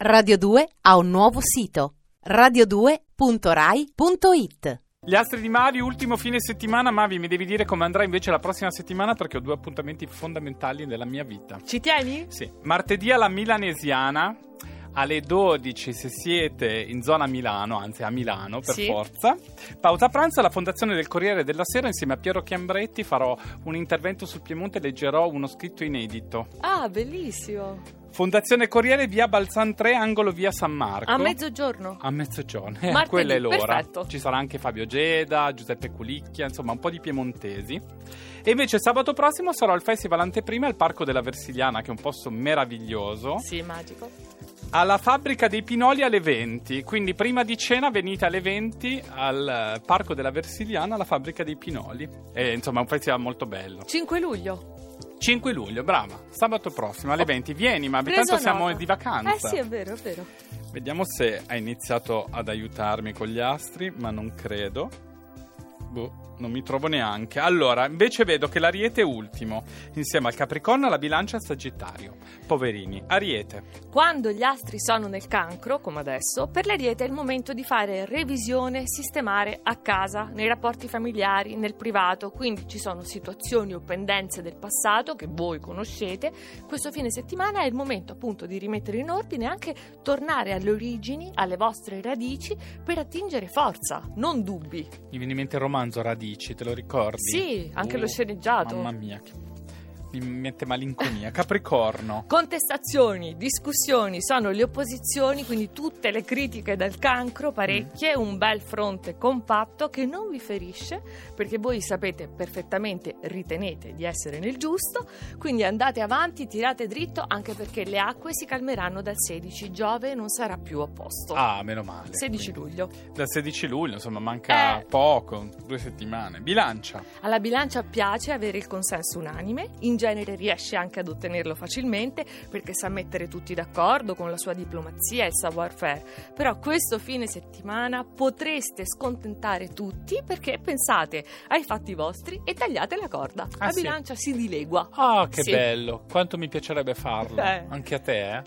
Radio 2 ha un nuovo sito radio2.rai.it Gli astri di Mavi, ultimo fine settimana. Mavi, mi devi dire come andrà invece la prossima settimana perché ho due appuntamenti fondamentali nella mia vita. Ci tieni? Sì, martedì alla Milanesiana alle 12 se siete in zona Milano, anzi a Milano per Sì. forza. Pausa pranzo alla Fondazione del Corriere della Sera insieme a Piero Chiambretti farò un intervento sul Piemonte e leggerò uno scritto inedito. Ah, bellissimo. Fondazione Corriere via Balzan 3, angolo via San Marco. A mezzogiorno. A mezzogiorno, Eh, Martedì, quella è l'ora. perfetto. Ci sarà anche Fabio Geda, Giuseppe Culicchia, insomma un po' di piemontesi. E invece sabato prossimo sarò al Festival Anteprima al Parco della Versiliana, che è un posto meraviglioso, Sì, magico. alla Fabbrica dei Pinoli alle 20. Quindi prima di cena venite alle 20 al eh, Parco della Versiliana, alla Fabbrica dei Pinoli. E, insomma è un festival molto bello. 5 luglio. 5 luglio, brava, sabato prossimo alle 20. Vieni, ma Oh, Preso Ah, tanto siamo nota. di vacanza. Eh sì, è vero, è vero. Vediamo se ha iniziato ad aiutarmi con gli astri, ma non credo. Boh, non mi trovo neanche. Allora, invece vedo che l'Ariete è ultimo, insieme al Capricorno, alla Bilancia e al Sagittario. Poverini, Ariete. Quando gli astri sono nel cancro, come adesso, per l'ariete è il momento di fare revisione, sistemare a casa, nei rapporti familiari, nel privato. Quindi ci sono situazioni o pendenze del passato che voi conoscete. Questo fine settimana è il momento appunto di rimettere in ordine e anche tornare alle origini, alle vostre radici, per attingere forza, non dubbi. Mi viene in mente il romanzo Radici, te lo ricordi? Sì, anche Uh, lo sceneggiato. Mamma mia, che... mi mette malinconia. Capricorno. Contestazioni, discussioni, sono le opposizioni, quindi tutte le critiche dal cancro, parecchie, un bel fronte compatto che non vi ferisce, perché voi sapete perfettamente, ritenete di essere nel giusto, quindi andate avanti, tirate dritto, anche perché le acque si calmeranno dal 16, Giove non sarà più a posto. Ah, meno male. 16 quindi. luglio. Dal 16 luglio, insomma, manca Eh. poco, due settimane. Bilancia. Alla bilancia piace avere il consenso unanime, in genere riesce anche ad ottenerlo facilmente perché sa mettere tutti d'accordo con la sua diplomazia e il savoir-faire, però questo fine settimana potreste scontentare tutti perché pensate ai fatti vostri e tagliate la corda. Ah, la sì. bilancia si dilegua. Ah, che Sì. bello! Quanto mi piacerebbe farlo. Eh. Anche a te, eh?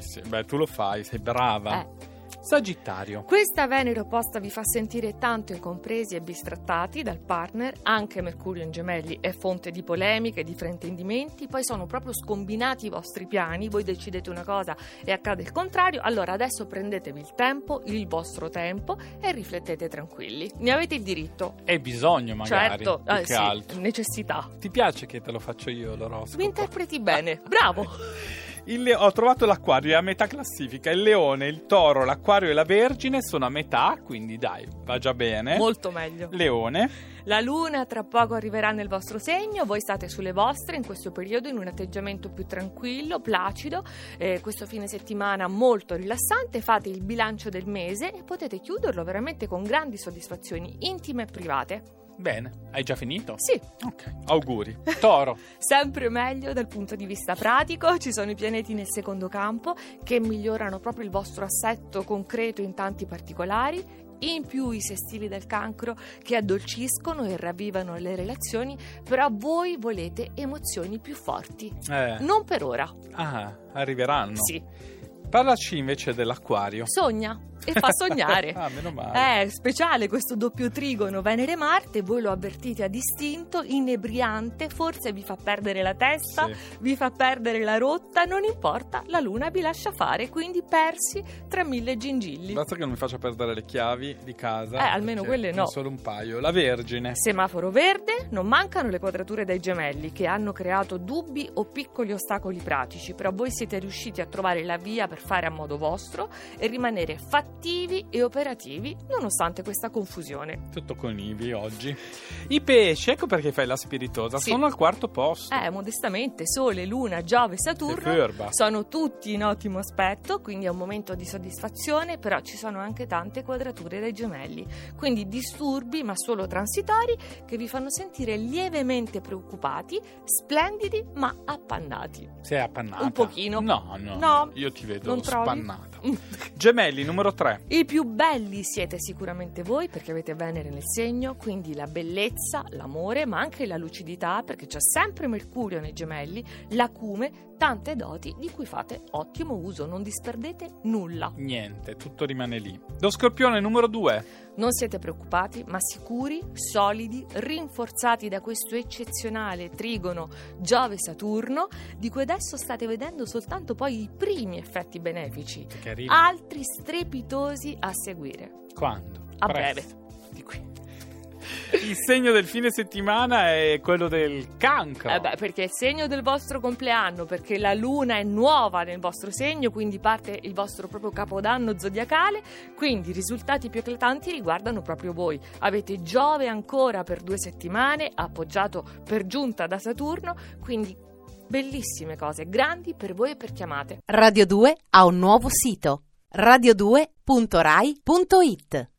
Sì, sì, beh, tu lo fai, sei brava. Eh. Sagittario. Questa Venere opposta vi fa sentire tanto incompresi e bistrattati dal partner, anche Mercurio in gemelli è fonte di polemiche, di fraintendimenti, poi sono proprio scombinati i vostri piani, voi decidete una cosa e accade il contrario, allora adesso prendetevi il tempo, il vostro tempo e riflettete tranquilli. Ne avete il diritto, E bisogno, magari. certo, più eh, che sì, altro. necessità. Ti piace che te lo faccio io l'oroscopo? Mi interpreti bene, bravo! Il le- ho trovato l'acquario, è a metà classifica. Il leone, il toro, l'acquario e la vergine sono a metà, quindi dai, va già bene. Molto meglio. Leone, La luna tra poco arriverà nel vostro segno, voi state sulle vostre in questo periodo in un atteggiamento più tranquillo, placido, eh, questo fine settimana molto rilassante, fate il bilancio del mese e potete chiuderlo veramente con grandi soddisfazioni intime e private. bene, hai già finito? Sì, Ok, auguri. Toro, sempre meglio dal punto di vista pratico, ci sono i pianeti nel secondo campo che migliorano proprio il vostro assetto concreto in tanti particolari. In più i sestili del cancro che addolciscono e ravvivano le relazioni, però voi volete emozioni più forti. eh, Non per ora, ah, arriveranno. sì. Parlaci invece dell'acquario. Sogna e fa sognare. Eh, ah, meno male. È speciale questo doppio trigono Venere-Marte, voi lo avvertite a distinto, inebriante, forse vi fa perdere la testa, Sì. vi fa perdere la rotta, non importa, la luna vi lascia fare, quindi persi tra mille gingilli. Basta che non mi faccia perdere le chiavi di casa. Eh, almeno perché quelle no. ne ho Solo un paio. La Vergine. Semaforo verde, non mancano le quadrature dai gemelli che hanno creato dubbi o piccoli ostacoli pratici, però voi siete riusciti a trovare la via per fare a modo vostro e rimanere fattivi e operativi nonostante questa confusione. Tutto con Ivi oggi. I pesci, ecco perché fai la spiritosa. Sì. Sono al quarto posto. Eh, modestamente, Sole, Luna, Giove, Sei Saturno ferba. sono tutti in ottimo aspetto, quindi è un momento di soddisfazione, però ci sono anche tante quadrature dai gemelli, quindi disturbi ma solo transitori che vi fanno sentire lievemente preoccupati, splendidi ma appannati. Sei appannata. Un pochino. No, no. No, Io ti vedo non trovi? Mm. spannata. Gemelli, numero 3. tre. I più belli siete sicuramente voi perché avete Venere nel segno, quindi la bellezza, l'amore, ma anche la lucidità perché c'è sempre Mercurio nei gemelli, l'acume, tante doti di cui fate ottimo uso, non disperdete nulla. Niente, tutto rimane lì. Lo scorpione numero due. Non siete preoccupati, ma sicuri, solidi, rinforzati da questo eccezionale trigono Giove-Saturno, di cui adesso state vedendo soltanto poi i primi effetti benefici, Che arriva. altri strepitosi a seguire. Quando? A Presto. breve. Di qui. Il segno del fine settimana è quello del cancro. Eh beh, perché è il segno del vostro compleanno, perché la luna è nuova nel vostro segno, quindi parte il vostro proprio capodanno zodiacale, quindi i risultati più eclatanti riguardano proprio voi. Avete Giove ancora per due settimane, appoggiato per giunta da Saturno, quindi bellissime cose, grandi per voi e per chiamate. Radio 2 ha un nuovo sito radio2.rai.it